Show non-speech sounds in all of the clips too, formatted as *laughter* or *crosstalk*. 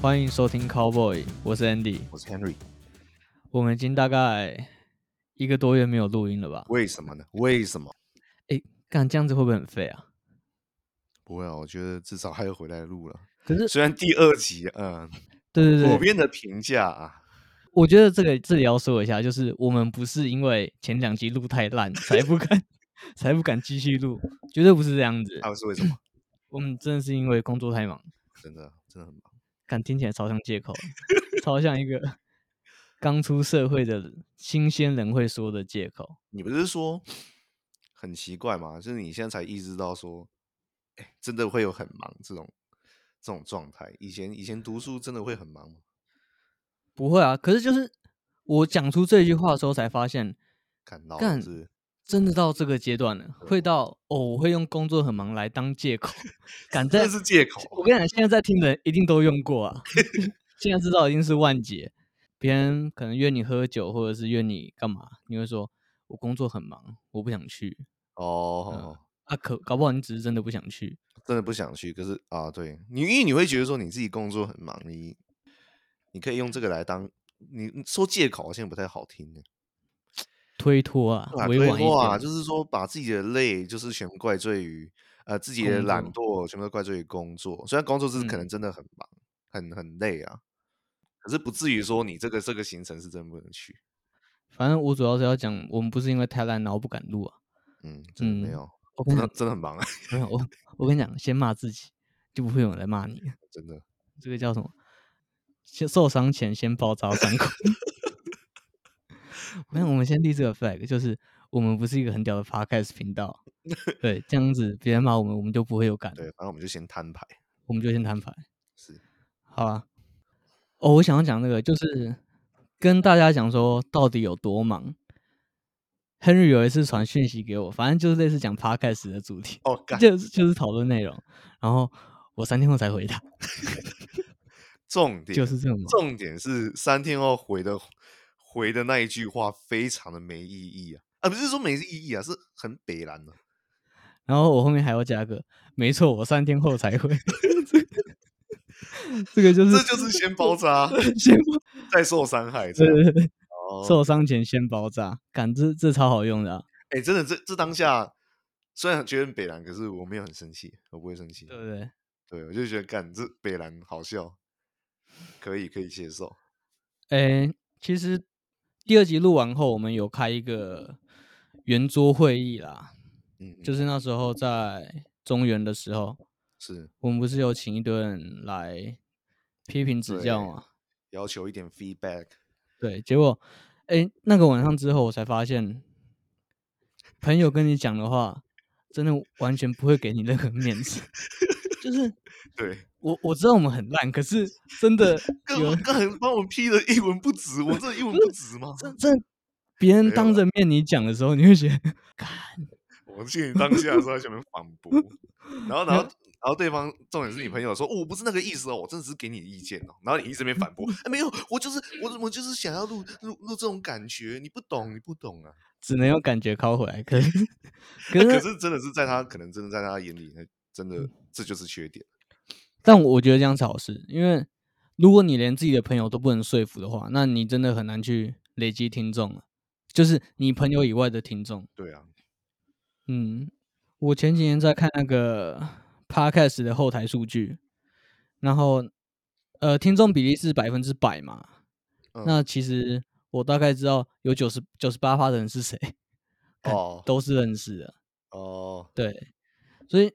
欢迎收听 Cowboy，我是 Andy。我是 Henry。我们已经大概一个多月没有录音了吧？为什么呢？为什么？哎，干这样子会不会很废啊？不会啊，我觉得至少还有回来录了。可是，虽然第二集，嗯，对对左对，边的评价啊，我觉得这个这里要说一下，就是我们不是因为前两集录太烂才不 *laughs* 敢才不敢继续录，绝对不是这样子他。们是为什么？我们真的是因为工作太忙，真的真的很忙。干听起来超像借 *laughs* 口的，超像一个刚出社会的新鲜人会说的借口。你不是说很奇怪吗？就是你现在才意识到说，哎、真的会有很忙这种这种状态。以前以前读书真的会很忙吗？不会啊，可是就是我讲出这句话的时候才发现。看到干是真的到这个阶段了，嗯会到哦，我会用工作很忙来当借口， *laughs* 敢在这是借口。我跟你讲，现在在听的人一定都用过 *laughs* 啊，现在知道一定是万劫。别人可能约你喝酒，或者是约你干嘛，你会说我工作很忙，我不想去哦，啊。可搞不好你只是真的不想去，真的不想去。可是啊，对你，因为你会觉得说你自己工作很忙，你你可以用这个来当你你说借口，好像不太好听呢。推脱啊不，敢委推婉一脱啊点，就是说把自己的累就是全部怪罪于呃自己的工懒惰，全部都怪罪于工作。虽然工作是可嗯能真的很忙、很很累啊，可是不至于说你这个这个行程是真不能去。反正我主要是要讲，我们不是因为太烂然后不敢录啊。嗯，真的嗯没有，我跟真你的讲，真的很忙啊， *laughs* 没有我我跟你讲，先骂自己，就不会有人来骂你。真的。这个叫什么？先受伤前先包扎伤 *laughs* 口。我想我们先立这个 flag，就是我们不是一个很屌的 podcast 频 *laughs* 道，对，这样子别人骂我们，我们就不会有感，对，反正我们就先摊牌。我们就先摊牌， *laughs* 是，好啊。哦，我想要讲那个，就是跟大家讲说到底有多忙。Henry 有一次传讯息给我，反正就是类似讲 podcast 的主题，哦，干，就是就是讨论内容，然后我三天后才回他，重点就是这种忙。重点是三天后回的回的那一句话非常的没意义啊，啊，不是说没意义啊，是很北蓝的、啊然后我后面还要加个，没错，我三天后才会。 *laughs* 这个就是这就是先包扎 *laughs* 先再受伤害，这对样对对，哦受伤前先包扎，感这这超好用的啊、哎、真的，这这当下虽然觉得很北兰，可是我没有很生气，我不会生气。对不对？对，我就觉得干这北兰好笑，可以可以接受。诶，其实第二集录完后，我们有开一个圆桌会议啦，嗯，就是是那时候在中原的时候，是我们不是有请一堆人来批评指教对嘛？要求一 *laughs* 点 feedback。对，结果，哎，那个晚上之后，我才发现，朋友跟你讲的话，真的完全不会给你任何面子。就是对，我我知道我们很烂，可是真的干有人干很把我批的一文不值，我这一文不值吗？真真的别人没有当啦着面你讲的时候，你会觉得，干我去你当下的时候在前面反驳，然后然后。然后对方重点是你朋友说、哦我不是那个意思哦，我真的只是给你意见哦。然后你一直没反 *laughs* 驳，哎，没有，我就是我我就是想要录录录这种感觉，你不懂，你不懂啊。啊只能用感觉拷回来。可是可 *laughs* 可是，嗯是真的是在他可能真的在他眼里，那真的这就是缺点。但我觉得这样是好事，因为如果你连自己的朋友都不能说服的话，那你真的很难去累积听众了，就是你朋友以外的听众。对 *laughs* 啊，嗯，我前几年在看那个 podcast 的后台数据，然后呃，听众比例是百分之百嘛，嗯那其实我大概知道有九十九十八趴的人是谁， *laughs* 看哦都是认识的，哦，对，所以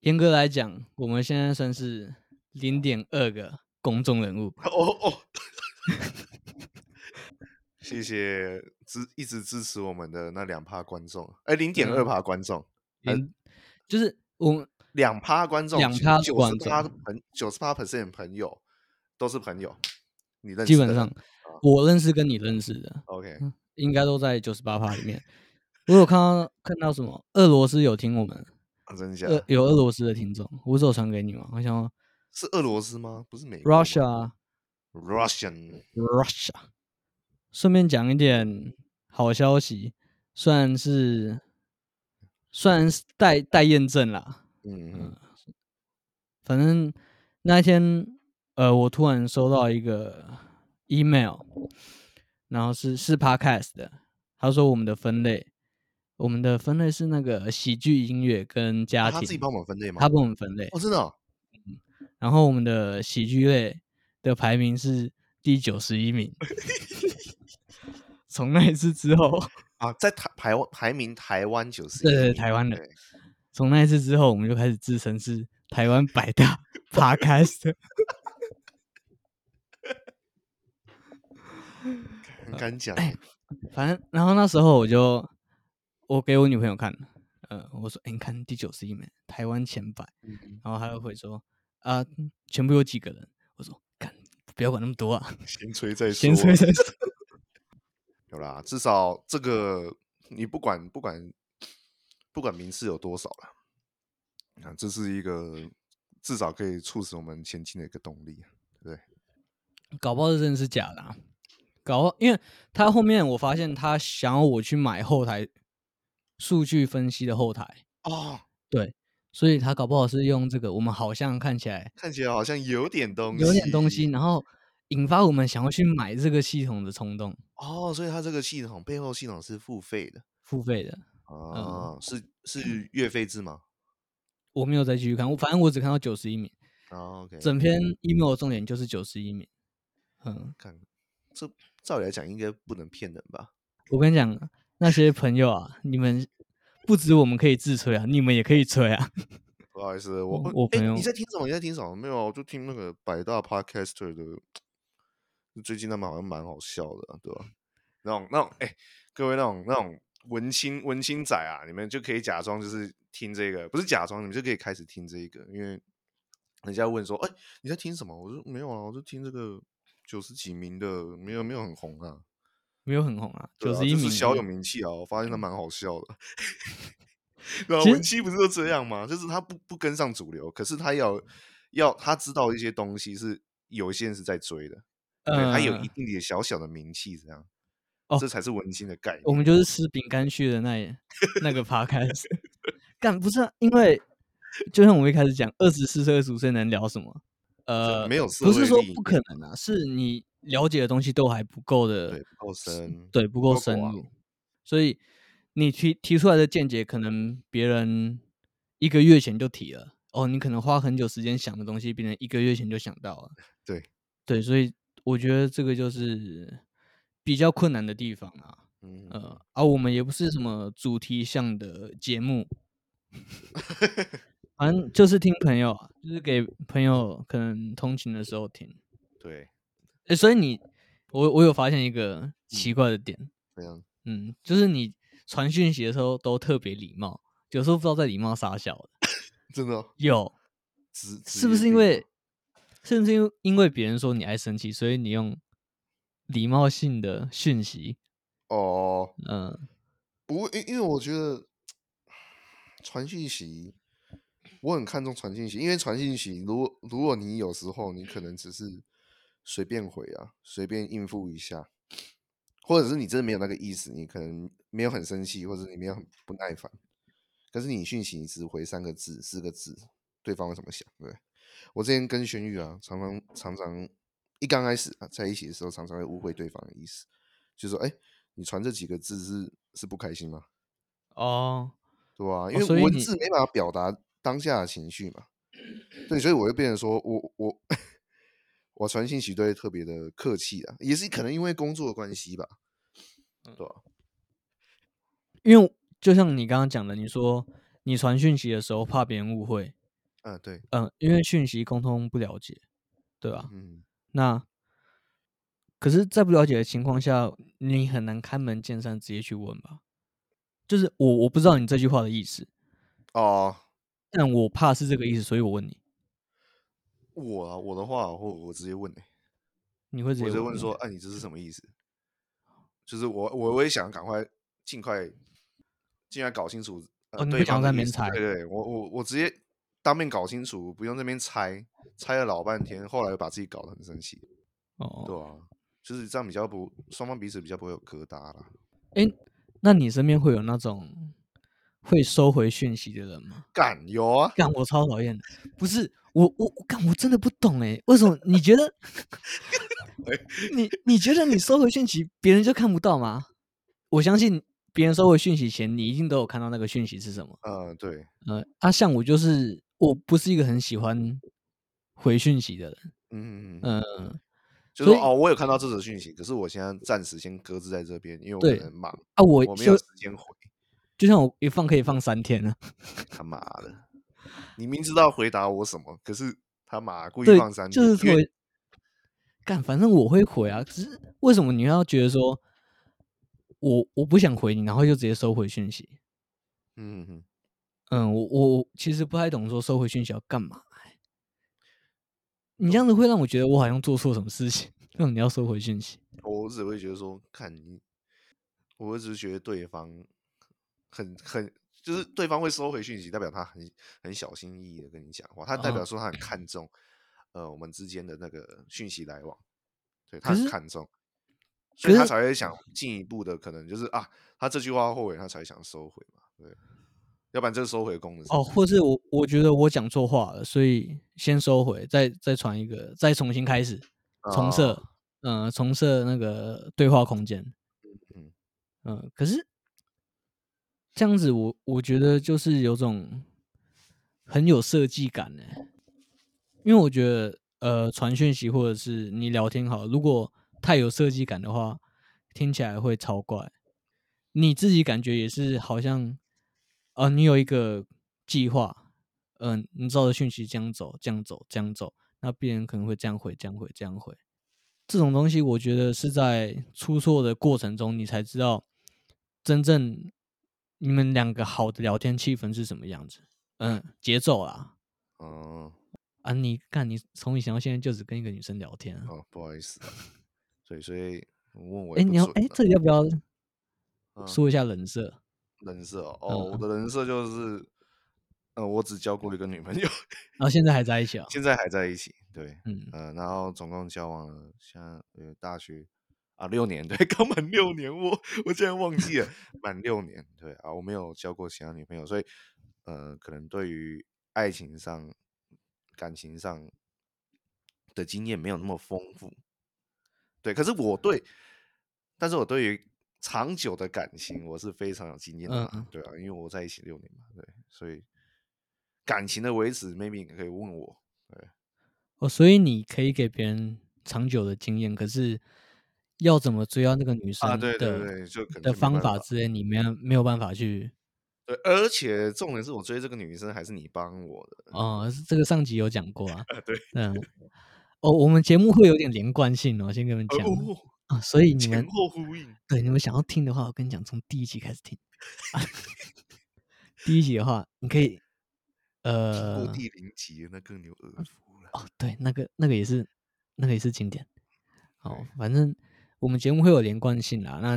严格来讲，我们现在算是零点二个公众人物，哦哦，谢谢支一直支持我们的那两趴观众，哎，零点嗯二趴观众，呃零、就是我们两趴观众，两趴九观十众趴朋九十八 percent 朋友都是朋友，你认识基的本人上嗯我认识跟你认识的， OK，应该都在九十八趴里面。我有看到看到什么，俄罗斯有听我们，啊真的假俄的？有俄罗斯的听众，我不是有传给你吗？我想说是俄罗斯吗？不是美国吗 Russia 啊 Russian Russia，顺便讲一点好消息，虽然是虽然是待待验证啦，嗯嗯反正那一天呃，我突然收到一个 email，然后是是 podcast 的，他说我们的分类，我们的分类是那个喜剧、音乐跟家啊庭，他自己帮我们分类吗？他帮我们分类，哦，真的哦然后我们的喜剧类的排名是第九十一 *laughs* 名。从那一次之后，啊，在台台湾排名台湾九十，对对台湾的对从那一次之后，我们就开始自称是台湾百大 *laughs* podcast。很敢讲欸哎反正，然后那时候我就我给我女朋友看，呃，我说：“哎、你看第九十一名，台湾前百。”嗯然后她就会说：“啊、全部有几个人？”我说：“干，不要管那么多啊，先吹再说，先吹再说。有啦，至少这个你不管不管不管名次有多少了，啊，这是一个至少可以促使我们前进的一个动力啊。 *laughs* 搞不好这真的是假的、啊。搞不好，因为他后面我发现他想要我去买后台数据分析的后台，哦，所以他搞不好是用这个，我们好像看起来看起来好像有点东西，有点东西，然后引发我们想要去买这个系统的冲动，哦，所以它这个系统背后系统是付费的付费的。哦，是是月费制吗？我没有再继续看，我反正我只看到九十一名，哦，OK，整篇 email 的重点就是九十一名。嗯，看这照理来讲应该不能骗人吧？我跟你讲，啊那些朋友啊，你们不止我们可以自吹啊，你们也可以吹啊。 *laughs* 不好意思，我我我哎朋友你在听什么？你在听什么？没有啊，我就听那个百大 podcaster 的，最近他们好像蛮好笑的啊，对吧？那种那种，哎、各位那种那种文青文青仔啊，你们就可以假装就是听这个，不是假装，你们就可以开始听这个，因为人家问说，哎、你在听什么？我说没有啊，我就听这个九十几名的，没有没有很红啊，没有很红啊，对九啊十一就名是小而已有名气啊，我发现他蛮好笑的。 *laughs* 对啊，其实文七不是都这样吗？就是他不不跟上主流，可是他要要他知道一些东西是有一些人是在追的，对他有一嗯定的小小的名气，这样，哦这才是文青的概念。我们就是吃饼干去的那一那 *laughs* 个 podcast。干不是、啊、因为，就像我一开始讲，二十四岁、二十五岁能聊什么？呃，没有社不是会说历不可能啊，是你了解的东西都还不够的，对不够深，对不不够够深广入，所以你提提出来的见解，可能别人一个月前就提了，哦，你可能花很久时间想的东西，别人一个月前就想到了，对 *laughs* 对，所以我觉得这个就是比较困难的地方啊。嗯，呃，啊，我们也不是什么主题向的节 *laughs* 目，反正就是听朋友啊，就是给朋友可能通勤的时候听。对，诶，所以你，我我有发现一个奇怪的点，这样嗯就是你传讯息的时候都特别礼貌，有时候不知道在礼貌啥小的。真的哦有，职职是不业是因病为，是不是因为因为别人说你爱生气，所以你用礼貌性的讯息，哦？嗯、不会，因因为我觉得传讯息，我很看重传讯息，因为传讯息，如果如果你有时候你可能只是随便回啊，随便应付一下，或者是你真的没有那个意思，你可能没有很生气，或者你没有很不耐烦，可是你讯息你只回三个字、四个字，对方会怎么想？对我之前跟轩玉啊，常常常常一刚开始啊在一起的时候，常常会误会对方的意思，就说哎。你传这几个字是是不开心吗？哦，对啊，因哦为所以文你字没办法表达当下的情绪嘛。对，所以我就变成说我我 *laughs* 我传信息都会特别的客气啊，也是可能因为工作的关系吧。嗯对啊，因为就像你刚刚讲的，你说你传讯息的时候怕别人误会，嗯、对，嗯，因为讯息沟通不了解，对吧、嗯，那可是，在不了解的情况下，你很难开门见山直接去问吧？就是我我不知道你这句话的意思，哦，但我怕是这个意思，所以我问你，我啊，我的话，我我直接问欸你会直我接直接问吗说，哎、你这是什么意思？就是我我嗯我也想赶快尽快尽快搞清楚。呃、哦你对不想方在那的意边思猜对对，对我我我直接当面搞清楚，不用那边猜，猜了老半天，后来又把自己搞得很生气。哦，对啊，就是这样比较不，双方彼此比较不会有疙瘩啦。那你身边会有那种会收回讯息的人吗？干有啊，干我超讨厌的，不是我我我干我真的不懂哎、为什么你觉 *laughs* 得你你觉得你收回讯息别人就看不到吗？我相信别人收回讯息前，你一定都有看到那个讯息是什么。嗯，对，呃，啊，像我就是我不是一个很喜欢回讯息的人，嗯，嗯、就是所说以哦，我有看到这则讯息，可是我现在暂时先搁置在这边，因为我对可能忙，啊，我我没有就时间回。就像我一放可以放三天啊，他妈的，你明知道回答我什么，可是他妈故意对放三，天，就是因为回干，反正我会回啊。可是为什么你要觉得说我我不想回你，然后就直接收回讯息？嗯，嗯嗯，我我其实不太懂说收回讯息要干嘛欸、你这样子会让我觉得我好像做错什么事情， *laughs* 让你要收回讯息。我只会觉得说，看你，我只是觉得对方很很，就是对方会收回讯息，代表他很很小心翼翼的跟你讲话，他代表啊说他很看重，呃，我们之间的那个讯息来往，对他可很是看重，可所以他是才会想进一步的，可能就是啊，他这句话后悔，他才想收回嘛，对，要不然这个收回的功能是哦，不是或是我我觉得我讲错话了，所以先收回，再再传一个，再重新开始，重设，啊呃，重设那个对话空间。嗯嗯、可是这样子我，我觉得就是有种很有设计感呢、欸因为我觉得呃，传讯息或者是你聊天好，如果太有设计感的话，听起来会超怪。你自己感觉也是好像，啊，你有一个计划，嗯、你照着讯息这样走，这样走，这样走，那别人可能会这样回，这样回，这样回。这种东西，我觉得是在出错的过程中，你才知道真正你们两个好的聊天气氛是什么样子。嗯，节奏啦，嗯。啊，你看你从以前到现在就只跟一个女生聊天啊。哦，不好意思啊，所以所以问我哎、也不你要准哎、啊这里要不要嗯说一下人设？人设哦，哦嗯我的人设就是，呃，我只交过一个女朋友， *laughs* 然后现在还在一起啊？现在还在一起，对，嗯，呃，然后总共交往了，现在呃大学啊六年， *laughs* 对，刚满六年，我我竟然忘记了满六年，对啊，我没有交过其他女朋友，所以呃，可能对于爱情上、感情上的经验没有那么丰富，对，可是我对，但是我对于长久的感情，我是非常有经验的啦，嗯对啊，因为我在一起六年嘛，对，所以感情的维持，maybe 你可以问我，对，哦，所以你可以给别人长久的经验，可是要怎么追到那个女生啊，的对对对，就可能的就没方办法法，之类，你没有没有办法去。对，而且重点是我追这个女生还是你帮我的，哦，是这个上集有讲过啊。啊，嗯 *laughs* 对，嗯，哦，我们节目会有点连贯性哦，先跟你们呃讲哦，啊、所以你前们后呼应，对你们想要听的话，我跟你讲，从第一集开始听。 *laughs* 第一集的话，你可以听呃过，第零集那更有耳福了，哦，对，那个那个也是那个也是经典。哦对，反正我们节目会有连贯性啦，那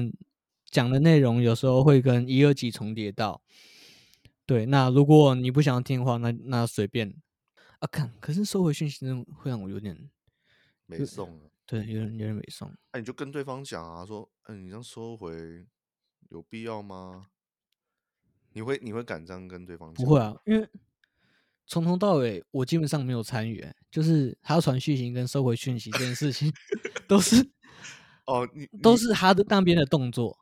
讲的内容有时候会跟一二集重叠到。对，那如果你不想要听的话，那那随便啊看。可是收回讯息真的会让我有点没送啊，对，有点有点猥琐。那、你就跟对方讲啊，说，嗯、你这样收回有必要吗？你会你会敢这样跟对方不讲？会啊，因为从头到尾我基本上没有参与欸、就是他传讯息跟收回讯息这件事 *laughs* 情，都是哦，你都你是他的那边的动作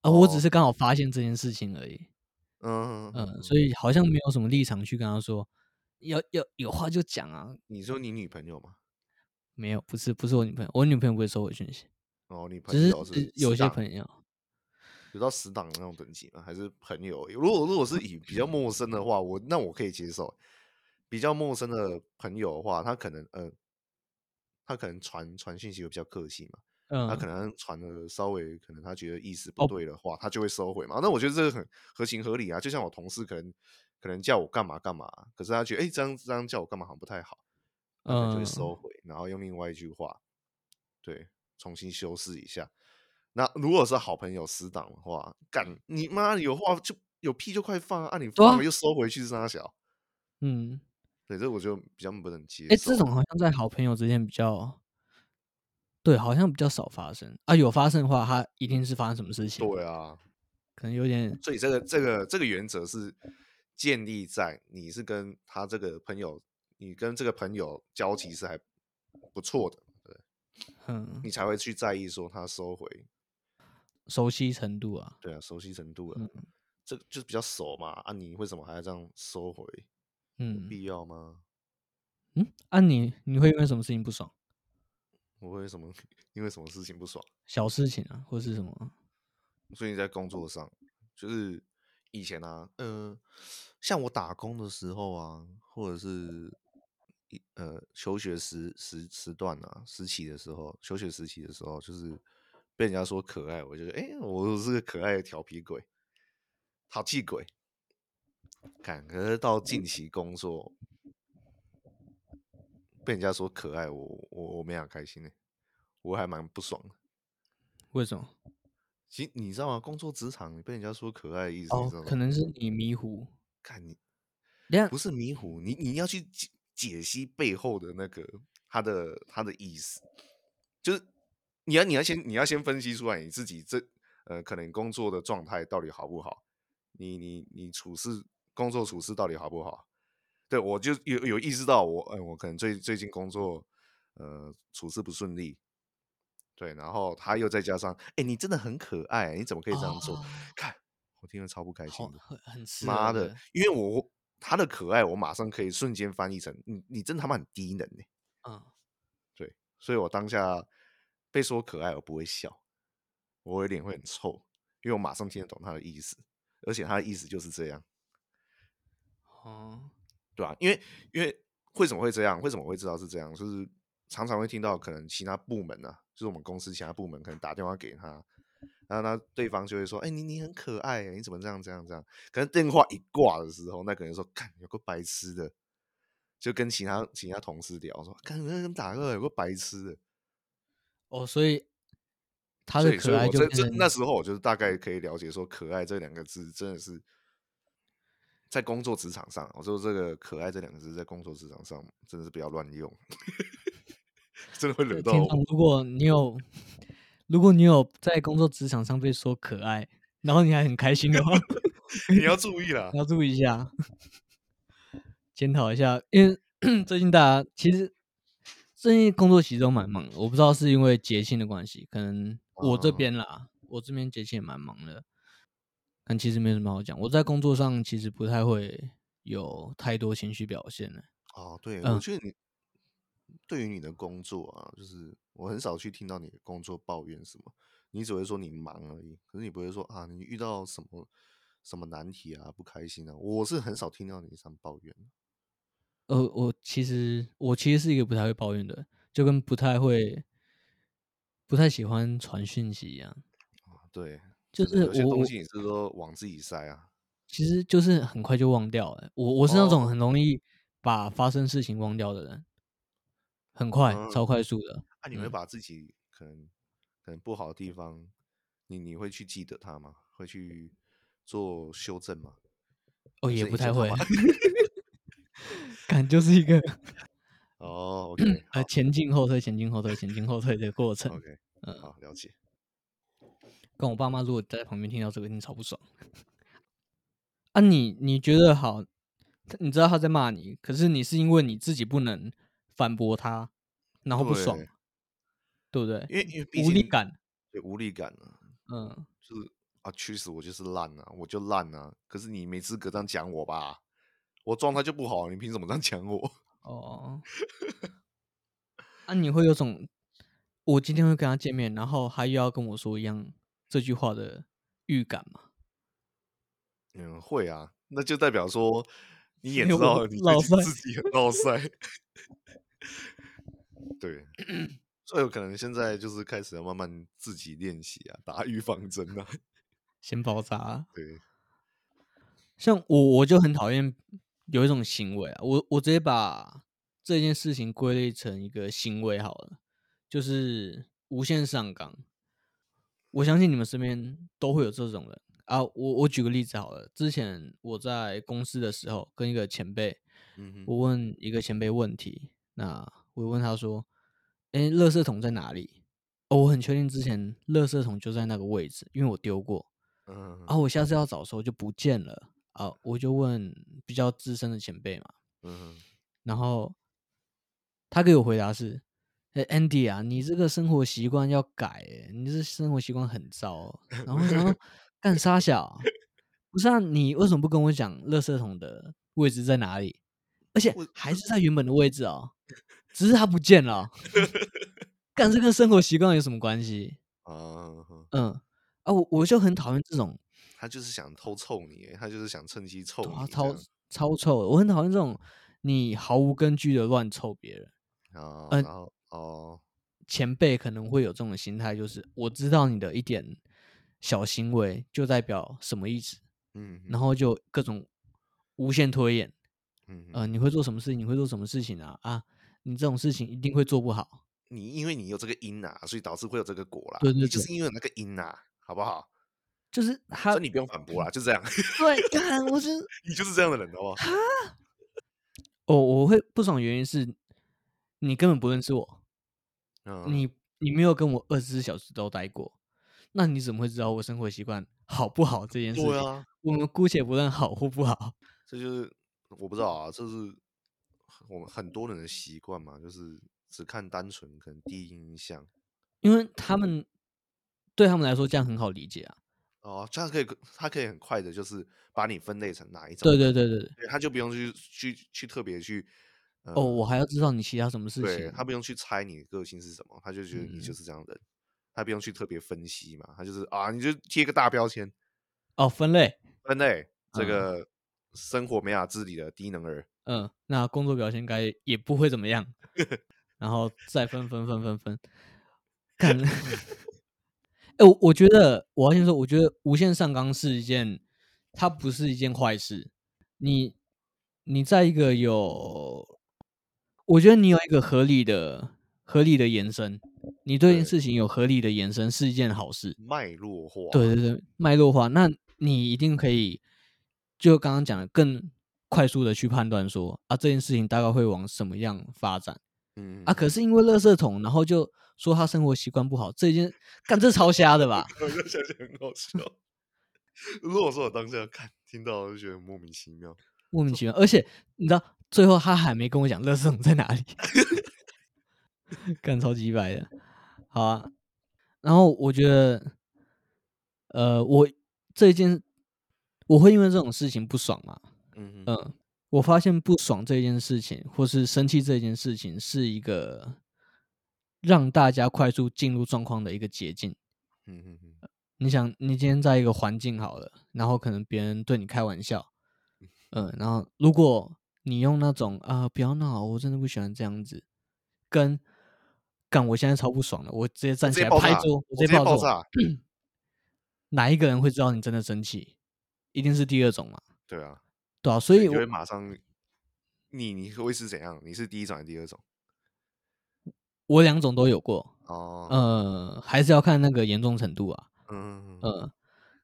啊，我只哦是刚好发现这件事情而已。嗯，嗯嗯，所以好像没有什么立场去跟他说，要要有话就讲啊。你说你女朋友吗？没有，不是不是我女朋友，我女朋友不会收回讯息，哦，你朋只是友是只有死些党朋友有到死党的那种等级吗？还是朋友而已？如果如果是以比较陌生的话，我那我可以接受。比较陌生的朋友的话，他可能呃，他可能传传讯息会比较客气嘛，他嗯可能传的稍微可能他觉得意思不哦对的话，他就会收回嘛。那我觉得这个很合情合理啊。就像我同事可能可能叫我干嘛干嘛，可是他觉得哎、诶这样这样叫我干嘛好像不太好，他可能就会嗯收回，然后用另外一句话对，重新修饰一下。那如果是好朋友死党的话，干你妈有话就有屁就快放啊！啊你对放啊了又收回去是啥小？嗯，对，这我就比较不能接哎、受这。种好像在好朋友之间比较，对，好像比较少发生啊。有发生的话，他一定是发生什么事情。对啊，可能有点所以这个这个这个原则是建立在你是跟他这个朋友，你跟这个朋友交集是还不错的，对，嗯你才会去在意说他收回，熟悉程度啊，对啊，熟悉程度了，嗯这个就是比较熟嘛，啊，你为什么还要这样收回？有嗯必要吗？嗯，啊你你会因为什么事情不爽？我为什么 *laughs* 因为什么事情不爽？小事情啊，或是什么？所以在工作上，就是以前啊，呃，像我打工的时候啊，或者是一呃求学时时时段啊，时期的时候，求学时期的时候，就是被人家说可爱，我就觉得，哎、我是个可爱的调皮鬼，淘气鬼。看，可是到近期工作，被人家说可爱，我我我没想开心呢、我还蛮不爽的。为什么？其实你知道吗？工作职场你被人家说可爱的意思，你哦知道，可吗？能是你迷糊。看你等一下不是迷糊，你你要去解解析背后的那个他的他的意思，就是你要你要先你要先分析出来你自己这呃可能工作的状态到底好不好，你你你处事工作处事到底好不好？对我就有有意识到我，嗯，我可能最最近工作呃处事不顺利，对，然后他又再加上，哎，你真的很可爱，你怎么可以这样做？哦看我听了超不开心好的。很很刺耳妈的，，因为我他的可爱，我马上可以瞬间翻译成你，你真他妈很低能呢、嗯，对，所以我当下被说可爱，我不会笑，我脸会很臭，因为我马上听得懂他的意思，而且他的意思就是这样，哦，对啊吧、因为因为为什么会这样？为什么会知道是这样？就是常常会听到可能其他部门啊，就是我们公司其他部门可能打电话给他。然后呢，对方就会说：“哎、你你很可爱耶，你怎么这样这样这样？”可能电话一挂的时候，那个人说：“看，有个白痴的。”就跟其他其他同事聊说：“看，那人打个有个白痴的。”哦，所以他所的以，所以可爱我就这变这成那时候，我就是大概可以了解说，可爱这两个字真的是在工作职场上，我说这个可爱这两个字在工作职场上真的是不要乱用， *laughs* 真的会惹对到听众我。如果你有， *laughs* 如果你有在工作职场上被说可爱，然后你还很开心的话，你要注意啦你，要注意一下， *laughs* 检讨一下，因为 *coughs* 最近大家其实最近工作其实都蛮忙的，我不知道是因为节庆的关系，可能我这哦边啦，我这边节庆也蛮忙的，但其实没什么好讲。我在工作上其实不太会有太多情绪表现的，哦，对，我嗯觉得你对于你的工作啊，就是我很少去听到你的工作抱怨什么，你只会说你忙而已，可是你不会说啊，你遇到什么什么难题啊，不开心啊，我是很少听到你这样抱怨的。呃，我其实我其实是一个不太会抱怨的人，就跟不太会、不太喜欢传讯息一样，啊对，就真是的有些我东我西你是说往自己塞啊，其实就是很快就忘掉了、我我是那种哦很容易把发生事情忘掉的人，很快、嗯超快速的。啊，你会嗯把自己可能可能不好的地方，你你会去记得它吗？会去做修正吗？哦，还也是你不就太他会妈， *laughs* 感就是一 *laughs* 个哦，OK， *coughs* 呃前进后退、前进后退、前进后退的过好程。 ，OK，嗯好，了解。跟我爸妈如果在旁边听到这个，一定超不爽。啊你，你觉得好，他你知道他在骂你，可是你是因为你自己不能反驳他，然后不爽，对对不对？因为因为毕无力竟感，对无力感啊，嗯，就是啊，驱使我就是烂啊，我就烂啊。可是你没资格这样讲我吧？我状态就不好，你凭什么这样讲我？哦，啊，你会有种我今天会跟他见面，然后他又要跟我说一样这句话的预感吗？嗯，会啊，那就代表 *laughs* 说你也因为知我道你老自己塞自己很落塞。 *laughs* *laughs* 对，所以有可能现在就是开始要慢慢自己练习啊，打预防针啊。 *laughs* 先爆炸、啊对，像我，我就很讨厌有一种行为啊，我我直接把这件事情归类成一个行为好了，就是无限上纲。我相信你们身边都会有这种人啊。我我举个例子好了，之前我在公司的时候，跟一个前辈，嗯哼，我问一个前辈问题，那我问他说：“哎、垃圾桶在哪里？”哦，我很确定之前垃圾桶就在那个位置，因为我丢过。嗯啊，我下次要找的时候就不见了啊，我就问比较资深的前辈嘛，嗯然后他给我回答是：“哎、a n d y 啊，你这个生活习惯要改、欸，你这生活习惯很糟 *laughs* 哦、然后我想说干啥小？不是啊，你为什么不跟我讲垃圾桶的位置在哪里？而且我还是在原本的位置哦，只是它不见了 *laughs* 哦、干这跟生活习惯有什么关系？啊，哼嗯，啊，我我就很讨厌这种他就是想偷臭你欸，他就是想趁机臭哇，啊你这超样超臭的，我很讨厌这种你毫无根据的乱臭别人。啊，呃然后哦，前辈可能会有这种心态，就是我知道你的一点小行为就代表什么意思，嗯，然后就各种无限推演。嗯嗯呃，你会做什么事情？你会做什么事情啊？啊，你这种事情一定会做不好。你因为你有这个因啊，所以导致会有这个果啦。对对你就对是因为有那个因啊，好不好？就是他嗯所以你不用反驳啦，就这样， *laughs* 对，干我是你就是这样的人，好不好？我哦我会不爽的原因是，你根本不认识我，嗯，你你没有跟我二十四小时都待过，那你怎么会知道我生活习惯好不好这件事情？对啊，我们姑且不论好或不好，这就是我嗯不知道啊，这是我们很多人的习惯嘛，就是只看单纯可能第一印象因为他们对他们来说这样很好理解啊。哦，这样可以他可以很快的，就是把你分类成哪一种对人，对对对对。对他就不用去去去特别去。呃哦，我还要知道你其他什么事对情。他不用去猜你的个性是什么，他就觉得你就嗯是这样的人，他不用去特别分析嘛，他就是啊，你就贴个大标签，哦，分类，分类这嗯个生活没法自理的低能儿，嗯，那工作表现该也不会怎么样， *laughs* 然后再分分分分分，看。哎、我我觉得我要先说，我觉得无限上纲是一件，它不是一件坏事。你你在一个有，我觉得你有一个合理的合理的延伸，你对一件对事情有合理的延伸是一件好事。脉络化，对对对，脉络化，那你一定可以，就刚刚讲的更快速的去判断说啊，这件事情大概会往什么样发展嗯啊？可是因为垃圾桶，然后就说他生活习惯不好，这件干这超瞎的吧？我就想想很好笑。 *laughs* 如果说我当下看听到，我就觉得莫名其妙。莫名其妙，而且你知道最后他还没跟我讲垃圾桶在哪里，干超级白的，好啊。然后我觉得，呃，我这件我会因为这种事情不爽嘛，嗯哼嗯，我发现不爽这件事情，或是生气这件事情，是一个让大家快速进入状况的一个捷径。嗯哼哼你想，你今天在一个环境好了，然后可能别人对你开玩 *laughs* 笑，嗯，然后如果你用那种啊、不要闹，我真的不喜欢这样子，跟干我现在超不爽了，我直接站起直接来爆拍炸，桌，我直接爆桌，炸。哪一个人会知道你真的生气？一定是第二种嘛，对啊，对啊，所以你就我会马上，你你会是怎样？你是第一种还是第二种？我两种都有过，哦，呃，还是要看那个严重程度啊。嗯嗯，呃，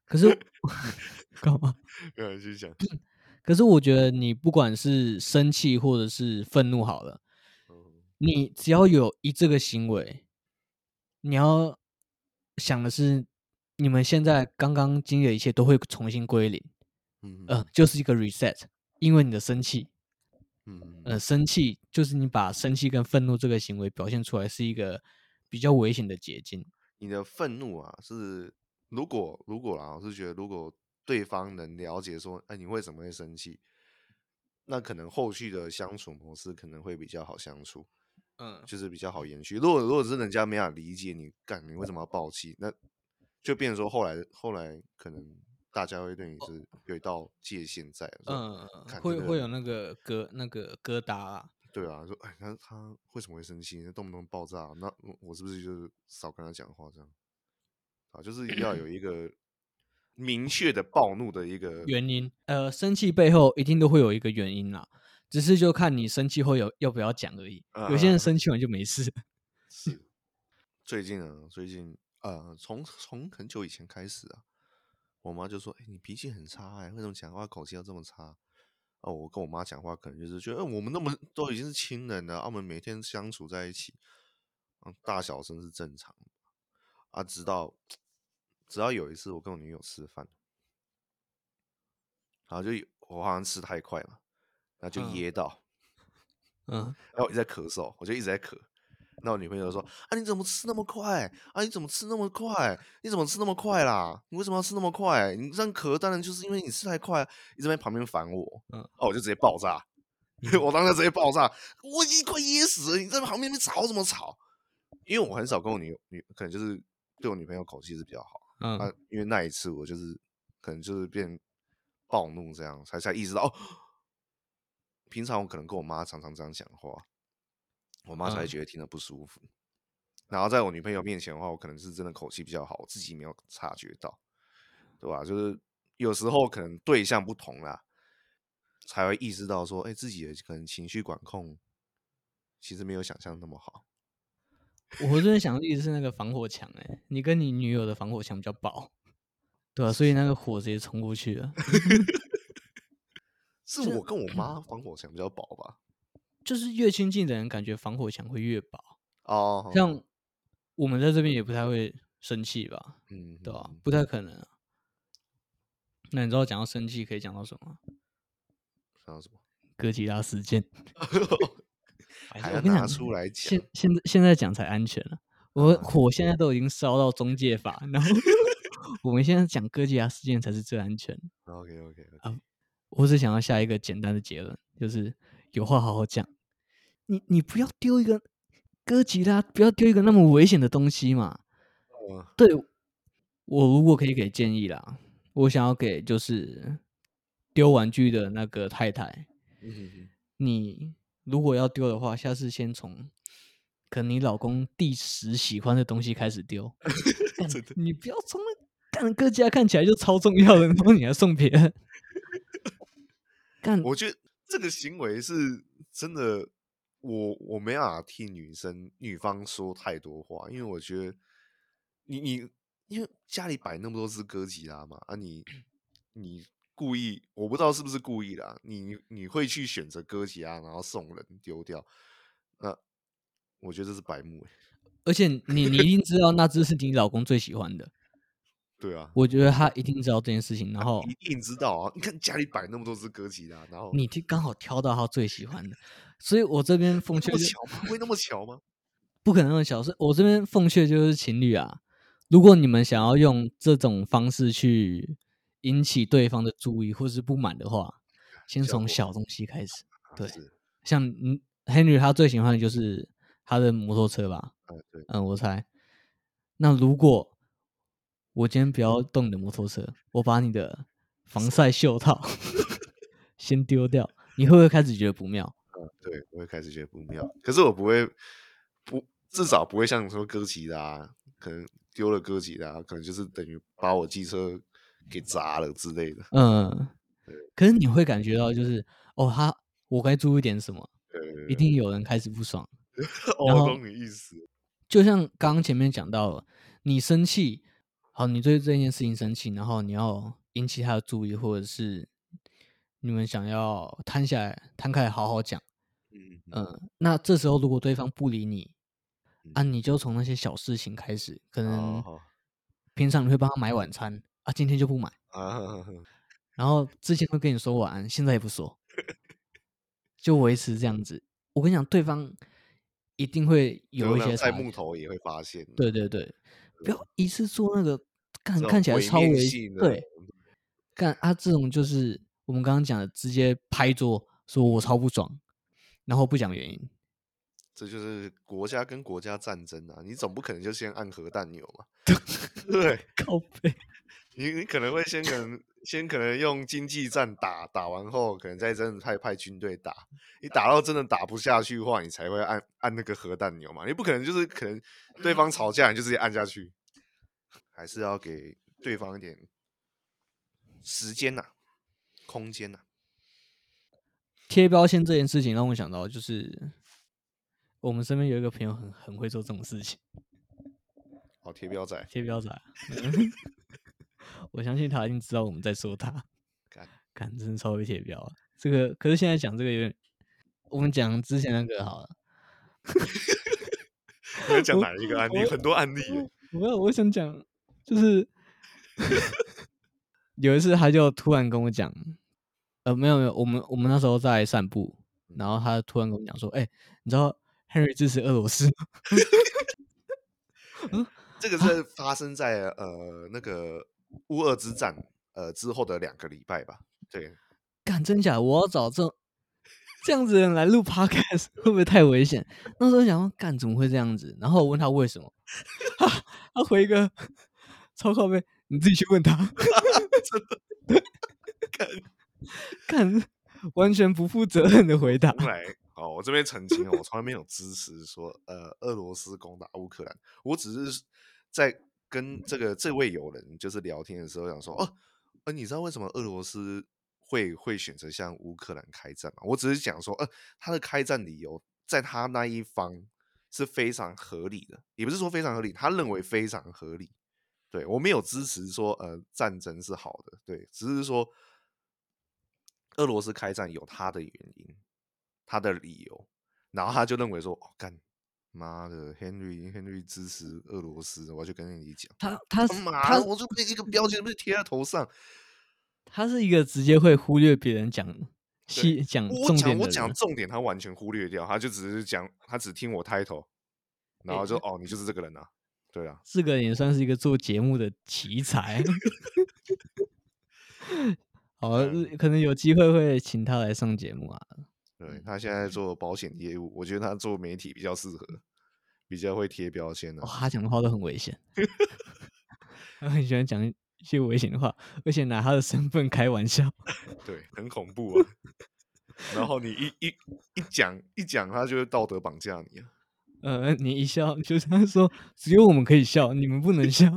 可是 *laughs* 干嘛？对，继续讲。可是我觉得你不管是生气或者是愤怒好了，嗯你只要有一这个行为，你要想的是你们现在刚刚经历的一切都会重新归零，嗯呃，就是一个 reset。因为你的生气，嗯呃，生气就是你把生气跟愤怒这个行为表现出来，是一个比较危险的捷径。你的愤怒啊，是如果如果啦，我是觉得如果对方能了解说，哎，你为什么会生气，那可能后续的相处模式可能会比较好相处，嗯，就是比较好延续。如果如果是人家没法理解你，干你 *laughs* 为什么要暴气，那就变成说后来后来可能大家会对你是有一道界限在，说哦嗯，看会这个会人有那个疙那个疙瘩啊。对啊，说哎，他他为什么会生气？动不动爆炸，那我我是不是就是少跟他讲话这样？啊，就是要有一个明确的暴怒的一个，原因，呃，生气背后一定都会有一个原因啦，只是就看你生气后有要不要讲而已。有些啊人生气完就没事，是最近啊，最近呃，从从很久以前开始啊，我妈就说：“哎、你脾气很差哎、为什么讲话口气要这么差？”哦，我跟我妈讲话可能就是觉得，哎我们那么都已经是亲人了，啊我们每天相处啊在一起，嗯，大小声是正常的啊。直到直到有一次我跟我女友吃饭，然后就有我好像吃太快嘛，然后就嗯噎到，嗯，然后我一直在咳嗽，我就一直在咳。那我女朋友就说：“啊，你怎么吃那么快？啊，你怎么吃那么快？你怎么吃那么快啦？你为什么要吃那么快？你这样咳，当然就是因为你吃太快啊。”一直在旁边烦我，嗯哦，我就直接爆炸， *laughs* 我当时直接爆炸，我已经快噎死了，你在旁边吵什么吵？因为我很少跟我女友女，可能就是对我女朋友口气是比较好。嗯啊，因为那一次我就是可能就是变暴怒这样，才才意识到哦，平常我可能跟我妈常常这样讲话，我妈才会嗯觉得听得不舒服。然后在我女朋友面前的话，我可能是真的口气比较好，我自己没有察觉到，对吧、就是有时候可能对象不同啦，才会意识到说，哎、自己的可能情绪管控其实没有想象那么好。我真的想一直是那个防火墙哎、你跟你女友的防火墙比较薄，对啊，所以那个火直接冲过去了。是这我跟我 *clears throat* 妈防火墙比较薄吧？就是越亲近的人，感觉防火墙会越薄。哦，像我们在这边也不太会生气吧，嗯，对吧、嗯不太可能、啊。那你知道讲到生气可以讲到什么？想到什么？哥吉拉事件， *laughs* 还还是要哎我跟你拿讲，出来讲现，现在现在讲才安全了、我啊火现在都已经烧到中介法，然 *laughs* 后我们现在讲哥吉拉事件才是最安全。 OK OK OK，啊我只想要下一个简单的结论，就是有话好好讲。你你不要丢一个哥吉拉，不要丢一个那么危险的东西嘛。嗯对我如果可以给建议啦，我想要给就是丢玩具的那个太太，嗯哼哼你如果要丢的话，下次先从可能你老公第十喜欢的东西开始 *laughs* 丢，干真的你不要从那干哥吉拉看起来就超重要的，然后你还送别 *laughs* 人，干我觉得这个行为是真的，我我没办法替女生女方说太多话，因为我觉得你你因为家里摆那么多只哥吉拉嘛，啊你你故意，我不知道是不是故意啦，你你会去选择哥吉拉，然后送人丢掉，那我觉得这是白目欸，而且你你一定知道那只是你老公最喜欢的，对啊，我觉得他一定知道这件事情，然后一定知道啊，你看家里摆那么多只哥吉拉，然后哦你挑刚好挑到他最喜欢的，所以我这边奉那劝么就巧吗？会那么巧吗？不可能那么小事，我这边奉劝就是情侣啊，如果你们想要用这种方式去引起对方的注意或是不满的话，先效从果小东西开始。对是，像嗯 Henry 他最喜欢的就是他的摩托车吧，啊，对，嗯，我猜。那如果我今天不要动你的摩托车，我把你的防晒袖套 *laughs* 先丢掉，你会不会开始觉得不妙？嗯，对，我会开始觉得不妙。可是我不会，不，至少不会像说哥吉拉，可能丢了哥吉拉，可能就是等于把我机车给砸了之 *laughs* 类的。嗯对，可是你会感觉到就是哦，他我该注意点什么，呃，一定有人开始不爽。哦，然 *laughs* 我后懂你意思。就像刚刚前面讲到了，你生气，好，你对这件事情生气，然后你要引起他的注意，或者是你们想要摊下来、摊开来好好讲。嗯，嗯嗯，那这时候如果对方不理你，啊，嗯你就从那些小事情开始，可哦能好平常你会帮他买晚餐，啊，今天就不买，啊， *laughs* 然后之前会跟你说晚安，现在也不说，就维持这样子。我跟你讲，对方一定会有一可能些在察觉，木头也会发现的。对对对，不要一次做那个看这种看起来毁稍灭微性的对，干啊这种就是我们刚刚讲的，直接拍桌说我超不爽，然后不讲原因，这就是国家跟国家战争啊！你总不可能就先按核弹钮嘛？ *laughs* 对，靠背。你你可能会先可能先可能用经济战打，打完后可能再真的派派军队打，你打到真的打不下去的话，你才会按按那个核弹钮嘛，你不可能就是可能对方吵架你就直接按下去，还是要给对方一点时间呐、空间呐、贴标签这件事情让我想到，就是我们身边有一个朋友很很会做这种事情，好贴标仔， *laughs* 贴标仔啊。 *laughs* 我相信他一定知道我们在说 *laughs* 他，干看真的超会贴标啊。这个可是现在讲这个有点，我们讲之前那个好了。你要讲我哪一个案例？我很多案例耶，我我想讲，就是 *laughs* 有一次他就突然跟我讲，呃，没有没有，我们我们那时候在散步，然后他突然跟我讲说，哎、你知道 Henry 支持俄罗斯吗？这个是发生在呃那个乌俄之战呃之后的两个礼拜吧。对，干真假？我要找这种这样子的人来录 podcast 会不会太危险？那时候想说，干怎么会这样子？然后我问他为什么， *laughs* 他他回一个超靠背，你自己去问他。 *laughs* 真的，干干完全不负责任的回答。后来，好，我这边澄清哦，我从来没有支持说呃俄罗斯攻打乌克兰，我只是在跟这个这位友人就是聊天的时候想说，哦，呃，你知道为什么俄罗斯会会选择向乌克兰开战吗？我只是讲说，呃，他的开战理由在他那一方是非常合理的，也不是说非常合理，他认为非常合理。对我没有支持说呃战争是好的，对，只是说俄罗斯开战有他的原因，他的理由，然后他就认为说，哦干。妈的，Henry Henry 支持俄罗斯，我要去跟你讲。他他他是妈他的，我就被一个标签被贴在头上。他是一个直接会忽略别人讲细讲我嗯重讲点的我讲人。重点，他完全忽略掉，他就只是讲，他只听我 title，然后就、哦，你就是这个人啊，对啊，这个也算是一个做节目的奇才。 *laughs* 好，嗯可能有机会会请他来上节目啊。对他现嗯在做保险业务，我觉得他做媒体比较适合，比较会贴标签的、啊哦，他讲的话都很危险， *laughs* 他很喜欢讲一些危险的话，而且拿他的身份开玩笑。对，很恐怖啊。 *laughs* 然后你一一一讲一讲，他就会道德绑架你啊，呃，你一笑就是他说只有我们可以笑，你们不能笑。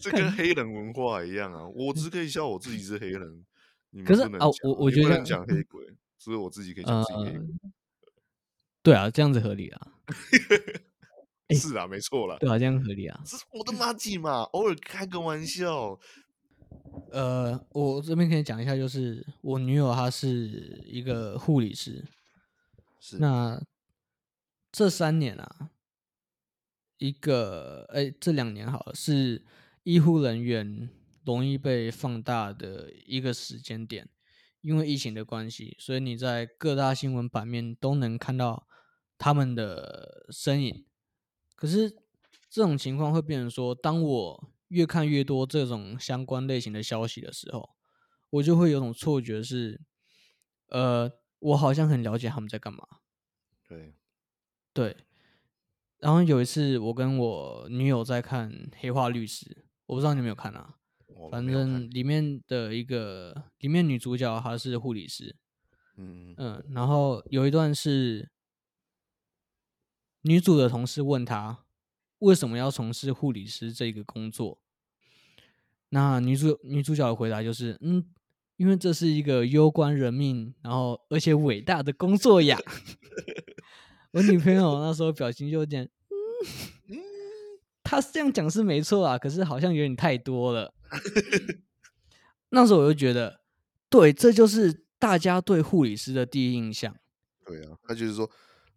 这跟黑人文化一样啊。我只可以笑我自己是黑人，你嗯们可是不能啊我讲啊我你觉不得能讲黑鬼，只有我自己可以讲自己黑呃鬼。 *laughs* 对啊，这样子合理啊，哎是啊，没错啦。对啊，这样合理啊。这是我的妈鸡嘛，偶尔开个玩笑。呃，我这边可以讲一下，就是我女友她是一个护理师，是那这三年啊，一个哎、这两年好了，是医护人员容易被放大的一个时间点，因为疫情的关系，所以你在各大新闻版面都能看到他们的身影。可是这种情况会变成说，当我越看越多这种相关类型的消息的时候，我就会有种错觉是，呃，我好像很了解他们在干嘛。对，对，然后有一次我跟我女友在看《黑化律师》，我不知道你有没有看啊，我反没有看正里面的一个里面女主角她是护理师，嗯，嗯嗯，然后有一段是女主的同事问她为什么要从事护理师这个工作，那女主女主角的回答就是，嗯，因为这是一个攸关人命，然后而且伟大的工作呀。 *laughs* 我女朋友那时候表情就有点，嗯，她是这样讲是没错啊，可是好像有点太多了。那时候我就觉得，对，这就是大家对护理师的第一印象。对啊，他就是说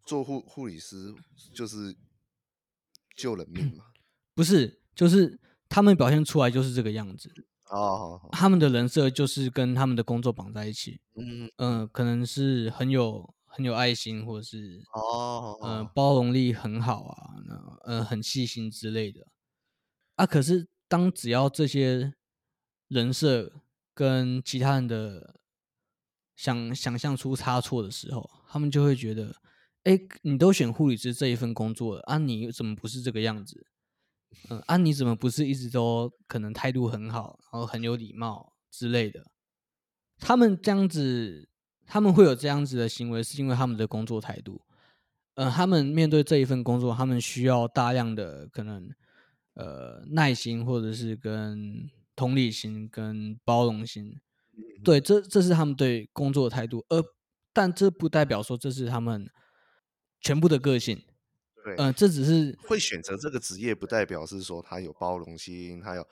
做护护理师就是救人嗯命嘛。不是，就是他们表现出来就是这个样子，啊，好好，他们的人设就是跟他们的工作绑在一起。嗯，嗯、可能是很有很有爱心，或者是哦，嗯、呃好包容力很好啊，那呃很细心之类的。啊，可是当只要这些人设跟其他人的想想象出差错的时候，他们就会觉得，哎，你都选护理师这一份工作了，啊，你怎么不是这个样子？嗯，啊，你怎么不是一直都可能态度很好，然后很有礼貌之类的？他们这样子，他们会有这样子的行为，是因为他们的工作态度。呃，他们面对这一份工作，他们需要大量的可能呃耐心，或者是跟同理心、跟包容心。对，这这是他们对工作的态度，而但这不代表说这是他们全部的个性。对，呃，这只是会选择这个职业，不代表是说他有包容心，他有，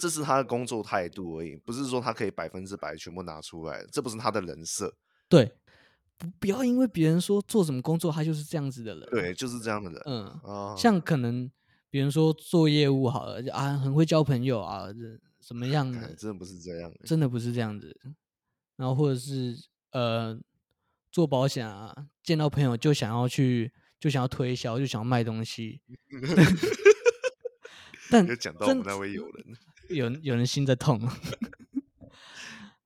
这是他的工作态度而已，不是说他可以百分之百全部拿出来，这不是他的人设，对，不不要因为别人说做什么工作，他就是这样子的人。对，就是这样的人嗯，啊。像可能比如说做业务好了，就啊，很会交朋友啊，这什么 *laughs* 样看的，真的不是这样欸，真的不是这样子。然后或者是呃，做保险啊，见到朋友就想要去，就想要推销，就想要卖东西。 *laughs* 但又嗯讲到我们嗯真那位友人，有人有人心在痛。 *laughs*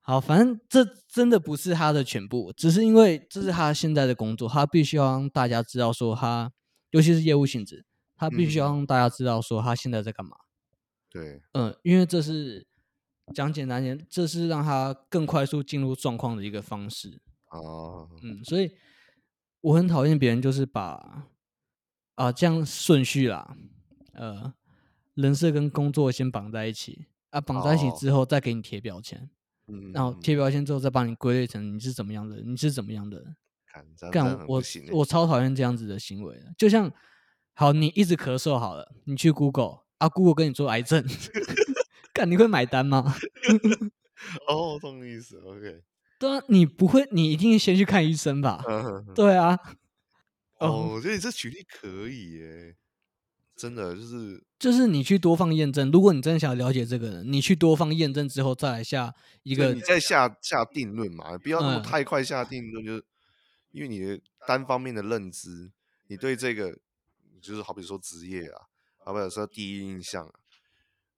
好，反正这真的不是他的全部，只是因为这是他现在的工作，他必须要让大家知道说他，尤其是业务性质，他必须要嗯让大家知道说他现在在干嘛。对，嗯，因为这是讲简单点，这是让他更快速进入状况的一个方式。哦，嗯，所以我很讨厌别人就是把啊这样顺序啦，呃，人设跟工作先绑在一起啊，绑在一起哦之后再给你贴标签，嗯，然后嗯贴标签之后再把你归类成你是怎么样的人，你是怎么样的人。看这样这样干很我不行欸我超讨厌这样子的行为的，就像好你一直咳嗽好了，你去 Google 啊，Google 跟你说癌症， *laughs* 干你会买单吗？哦，我懂你意思，OK， *laughs* 对啊，你不会，你一定先去看医生吧？嗯 *laughs* 对啊，哦，我觉得你这举例可以耶，真的就是就是你去多方验证。如果你真的想了解这个人，你去多方验证之后再来下一就个你，在下下定论嘛，不要那么嗯太快下定论，就是因为你的单方面的认知，你对这个就是好比说职业啊，好比说第一印象啊，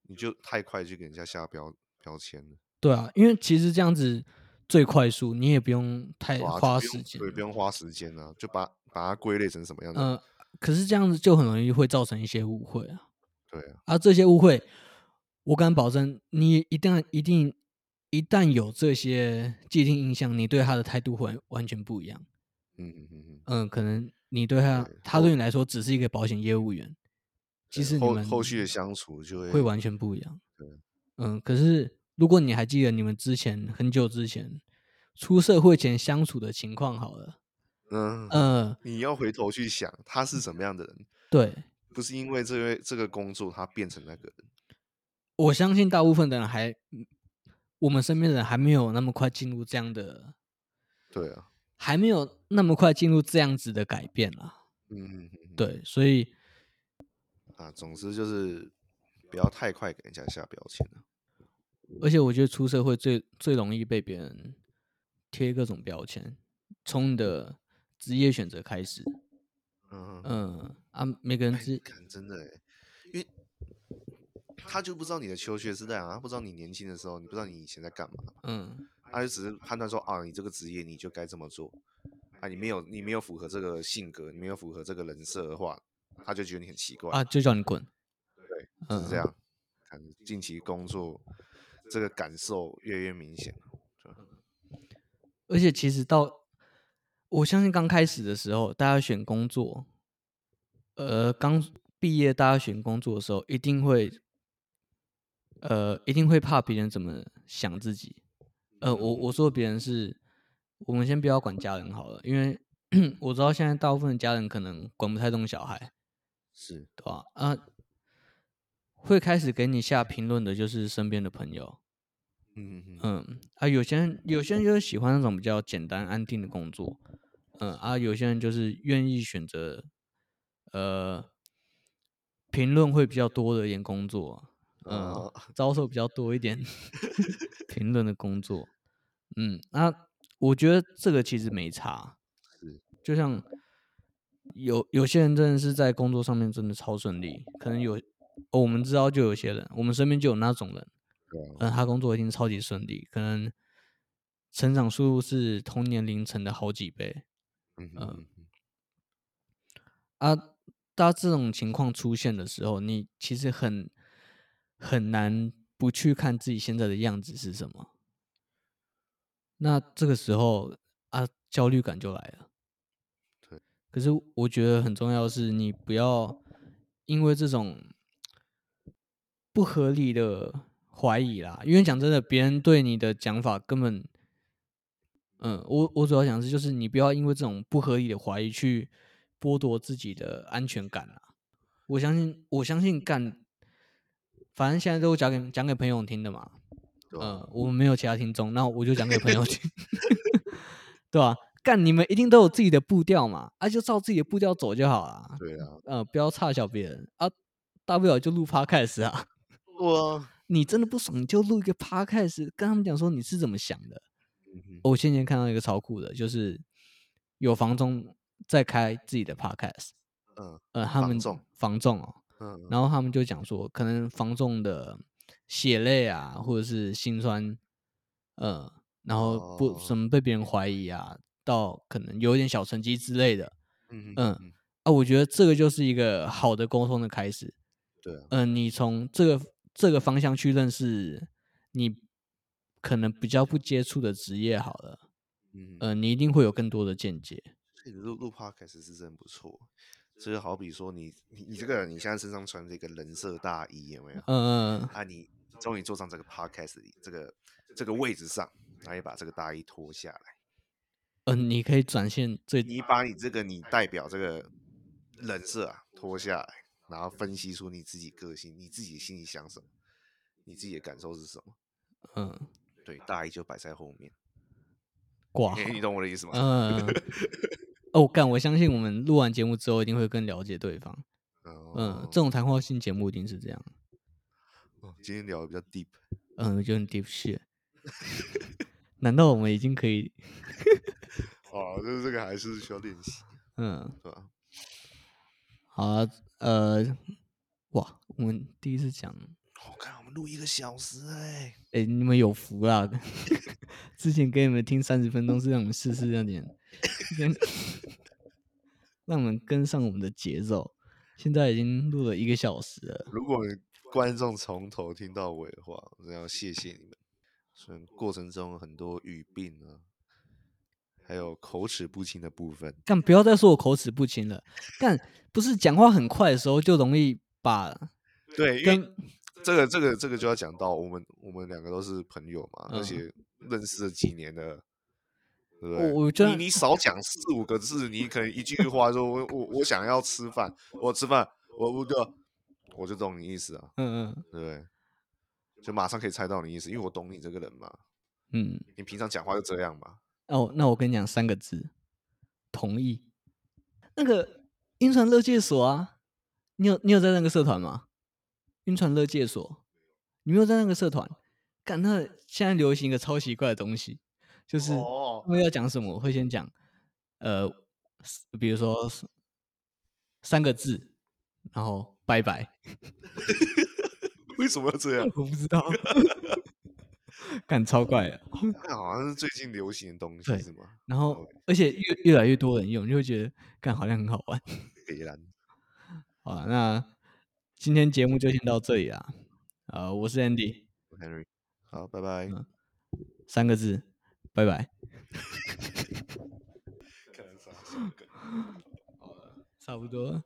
你就太快去给人家下标标签了，对啊，因为其实这样子最快速，你也不用太对啊就哎花不用时间。对，不啊用花时间啊，就把把它归类成什么样的，呃，可是这样子就很容易会造成一些误会啊。对啊，啊，这些误会，我敢保证，你一旦一定一旦有这些既定印象，你对他的态度会完全不一样。嗯嗯嗯嗯，嗯，可能你对他对，他对你来说只是一个保险业务员，其实你后们后续的相处就会会完全不一样对。嗯，可是如果你还记得你们之前很久之前出社会前相处的情况好了，嗯，嗯，你要回头去想他是什么样的人，对不是因为这位这个工作他变成那个人，我相信大部分的人还，我们身边的人还没有那么快进入这样的，对啊，还没有那么快进入这样子的改变啦。嗯嗯嗯，嗯对，所以啊，总之就是不要太快给人家下标签啊。而且我觉得出社会最最容易被别人贴各种标签，从你的职业选择开始。嗯，嗯啊，每个人哎自看真的欸，因为他就不知道你的求学时代啊，他不知道你年轻的时候，你不知道你以前在干嘛，嗯他就只是判断说啊，你这个职业你就该这么做，啊，你没有你没有符合这个性格，你没有符合这个人设的话，他就觉得你很奇怪啊，就叫你滚。是这嗯样。看近期工作这个感受越来越明显了，而且其实到我相信刚开始的时候，大家选工作，呃，刚毕业大家选工作的时候，一定会，呃，一定会怕别人怎么想自己。呃，我我说别人是，我们先不要管家人好了，因为 *clears throat* 我知道现在大部分的家人可能管不太动小孩，是对吧？啊，会开始给你下评论的就是身边的朋友，嗯嗯嗯，嗯啊，有些人有些人就是喜欢那种比较简单安定的工作，嗯啊，有些人就是愿意选择呃评论会比较多的一点工作，嗯，哦遭受比较多一 *laughs* 点评论的工作，嗯，那我觉得这个其实没差，是就像有有些人真的是在工作上面真的超顺利，可能有、哦我们知道就有些人，我们身边就有那种人。对啊，嗯，他工作一定超级顺利，可能成长速度是同年龄层的好几倍嗯呃嗯嗯啊。当这种情况出现的时候，你其实很很难不去看自己现在的样子是什么。那这个时候啊，焦虑感就来了。对，可是我觉得很重要的是，你不要因为这种不合理的怀疑啦，因为讲真的，别人对你的讲法根本，嗯，我我主要讲的是，就是你不要因为这种不合理的怀疑去剥夺自己的安全感啦。我相信，我相信干，反正现在都讲给讲给朋友听的嘛，对啊呃，我们没有其他听众，那我就讲给朋友听， *laughs* 对吧、干，你们一定都有自己的步调嘛，啊，就照自己的步调走就好啦。对啊，呃，不要差小别人啊。大不了就录 podcast 啊。 *laughs* 我，你真的不爽，你就录一个 podcast，跟他们讲说你是怎么想的。嗯哼我先前看到一个超酷的，就是有房东在开自己的 podcast，嗯呃，他房们仲房仲哦，嗯然后他们就讲说，可能房仲的血泪啊，或者是心酸，呃，然后不哦什么被别人怀疑啊，到可能有一点小成绩之类的嗯嗯嗯，啊，我觉得这个就是一个好的沟通的开始。对啊，嗯、你从这个这个方向去认识你可能比较不接触的职业好了，嗯呃，你一定会有更多的见解。所以录录 podcast 是真不错。这就好比说你你你这个人，你现在身上穿着一个人设大衣，有没有？ *laughs* 嗯、呃，啊，你终于坐上这个 podcast 里这个这个位置上，然后也把这个大衣脱下来，嗯，你可以展现最你把你这个你代表这个人设啊脱下来，然后分析出你自己个性，你自己心里想什么，你自己的感受是什么。嗯、对，大衣就摆在后面，挂嘿好。 *laughs* 你懂我的意思吗？哦 *laughs* 嗯，哦，干，我相信我们录完节目之后一定会更了解对方。嗯，这哦种谈话性节目一定是这样。哦今天聊的比较 deep，嗯，有点 deep shit。难道我们已经可以？哦，就是这个还是需要练习，嗯，对吧？好啊、呃，哇，我们第一次讲，我、看哦我们录一个小时哎、哎、你们有福啦！ *laughs* 之前给你们听三十分钟是让你们试试那点，先 *laughs* 让我们跟上我们的节奏。现在已经录了一个小时了。如果观众从头听到尾的话，我真的要谢谢你们。虽然过程中有很多语病啊，还有口齿不清的部分，干，不要再说我口齿不清了。干，不是讲话很快的时候就容易把对，因为跟这个这个这个就要讲到我们我们两个都是朋友嘛，嗯而且认识了几年了。对不我对？我觉得你你少讲四五个字，你可能一句话说我我我想要吃饭，我吃饭，我我就我就懂你意思啊，嗯嗯对不对？就马上可以猜到你意思，因为我懂你这个人嘛，嗯，你平常讲话就这样嘛。哦，那我跟你讲三个字，同意。那个晕船乐界所啊，你有你有在那个社团吗？晕船乐界所，你没有在那个社团？干，那现在流行一个超奇怪的东西，就是哦他，们要讲什么，我会先讲，呃，比如说三个字，然后拜拜。 *laughs* 为什么要这样？ *laughs* 我不知道， *laughs* 干超怪的。那好像是最近流行的东西对是吗？然后，而且越越来越多人用，你就会觉得干好像很好玩。北兰，好了，那今天节目就先到这里啦。呃，我是 Andy，我 Henry，好，拜拜。嗯三个字，拜拜。可能是啊差不多了。